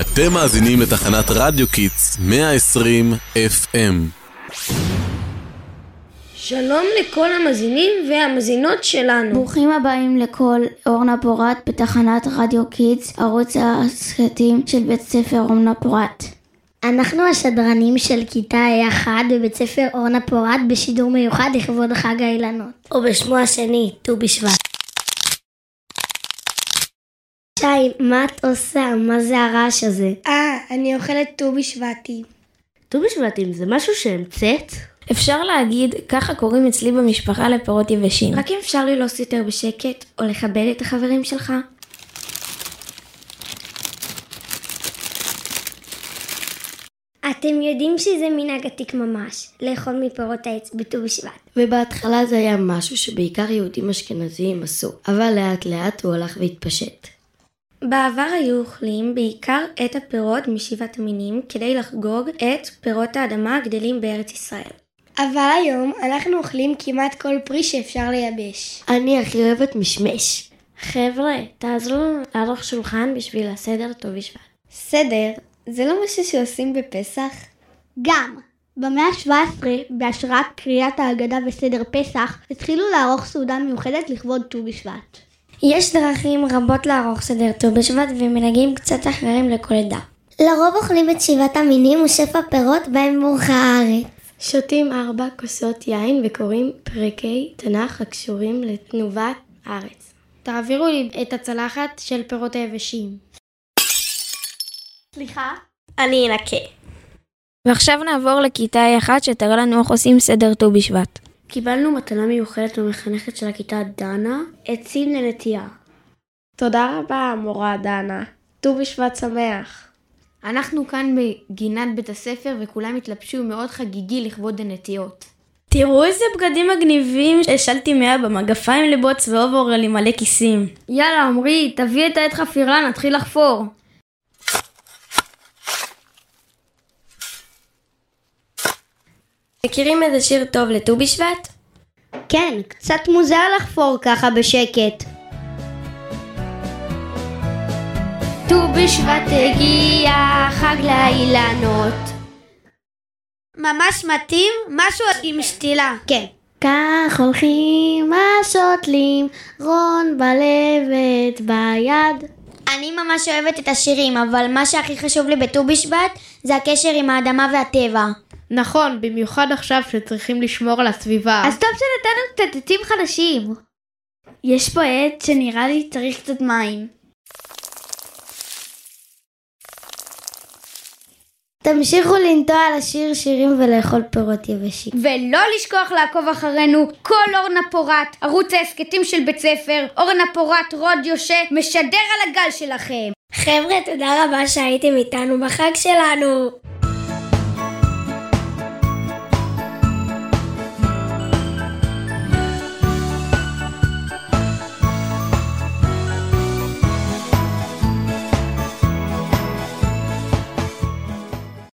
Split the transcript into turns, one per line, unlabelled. אתם מאזינים לתחנת רדיו קיטס 120 FM.
שלום לכל המאזינים והמאזינות שלנו.
ברוכים הבאים לכל אורנה פורת בתחנת רדיו קידס, ערוץ הסרטים של בית ספר אורנה פורת.
אנחנו השדרנים של כיתה ה'1 בבית ספר אורנה פורת בשידור מיוחד לכבוד חג האילנות.
או בשמו השני, ט"ו בשבט.
שי, מה את עושה? מה זה הרעש הזה?
אה, אני אוכלת ט"ו בשבטים.
ט"ו בשבטים זה משהו שהמצאת?
אפשר להגיד, ככה קוראים אצלי במשפחה לפירות יבשים.
רק אם אפשר ללעוס יותר בשקט, או לכבד את החברים שלך.
אתם יודעים שזה מנהג עתיק ממש, לאכול מפירות העץ בט"ו בשבט.
ובהתחלה זה היה משהו שבעיקר יהודים אשכנזים עשו, אבל לאט לאט הוא הלך והתפשט.
בעבר היו אוכלים בעיקר את הפירות משבעת המינים כדי לחגוג את פירות האדמה הגדלים בארץ ישראל.
אבל היום אנחנו אוכלים כמעט כל פרי שאפשר לייבש.
אני הכי אוהבת משמש.
חבר'ה, תעזרו לנו לערוך שולחן בשביל הסדר ט"ו בשבט.
סדר? זה לא משהו שעושים בפסח?
גם. במאה ה-17, בהשראת קריאת ההגדה וסדר פסח, התחילו לערוך סעודה מיוחדת לכבוד ט"ו בשבט.
יש דרכים רבות לערוך סדר ט"ו בשבט ומנהגים קצת אחרים לכל עדה.
לרוב אוכלים את שבעת המינים ושפע פירות בהם מורחה הארץ.
שותים ארבע כוסות יין וקוראים פרקי תנ"ך הקשורים לתנובת הארץ.
תעבירו לי את הצלחת של פירות היבשים.
סליחה? אני אנקה.
ועכשיו נעבור לכיתה אחת שתראה לנו איך עושים סדר ט"ו בשבט.
קיבלנו מתנה מיוחדת מהמחנכת של הכיתה דנה, עצים לנטייה.
תודה רבה, מורה דנה. ט"ו בשבט שמח.
אנחנו כאן בגינת בית הספר וכולם התלבשו מאוד חגיגי לכבוד הנטיעות.
תראו איזה בגדים מגניבים השלתי מאבא, מגפיים לבוט צהוב אורלי מלא כיסים.
יאללה עמרי, תביא את העת חפירה, נתחיל לחפור.
מכירים איזה שיר טוב לט"ו בשבט?
כן, קצת מוזר לחפור ככה בשקט.
ט"ו בשבט הגיע, חג לאילנות.
ממש מתאים, משהו עם שתילה.
כן.
כך הולכים השותלים, רון בלבת ביד.
אני ממש אוהבת את השירים, אבל מה שהכי חשוב לי בט"ו בשבט זה הקשר עם האדמה והטבע.
נכון, במיוחד עכשיו שצריכים לשמור על הסביבה.
אז טוב שנתנו קצת עצים חדשים.
יש פה עט שנראה לי צריך קצת מים.
תמשיכו לנטוע על השיר שירים ולאכול פירות יבשים.
ולא לשכוח לעקוב אחרינו כל אורנה פורת, ערוץ ההסכתים של בית ספר, אורנה פורת רודיו שמשדר על הגל שלכם.
חבר'ה, תודה רבה שהייתם איתנו בחג שלנו.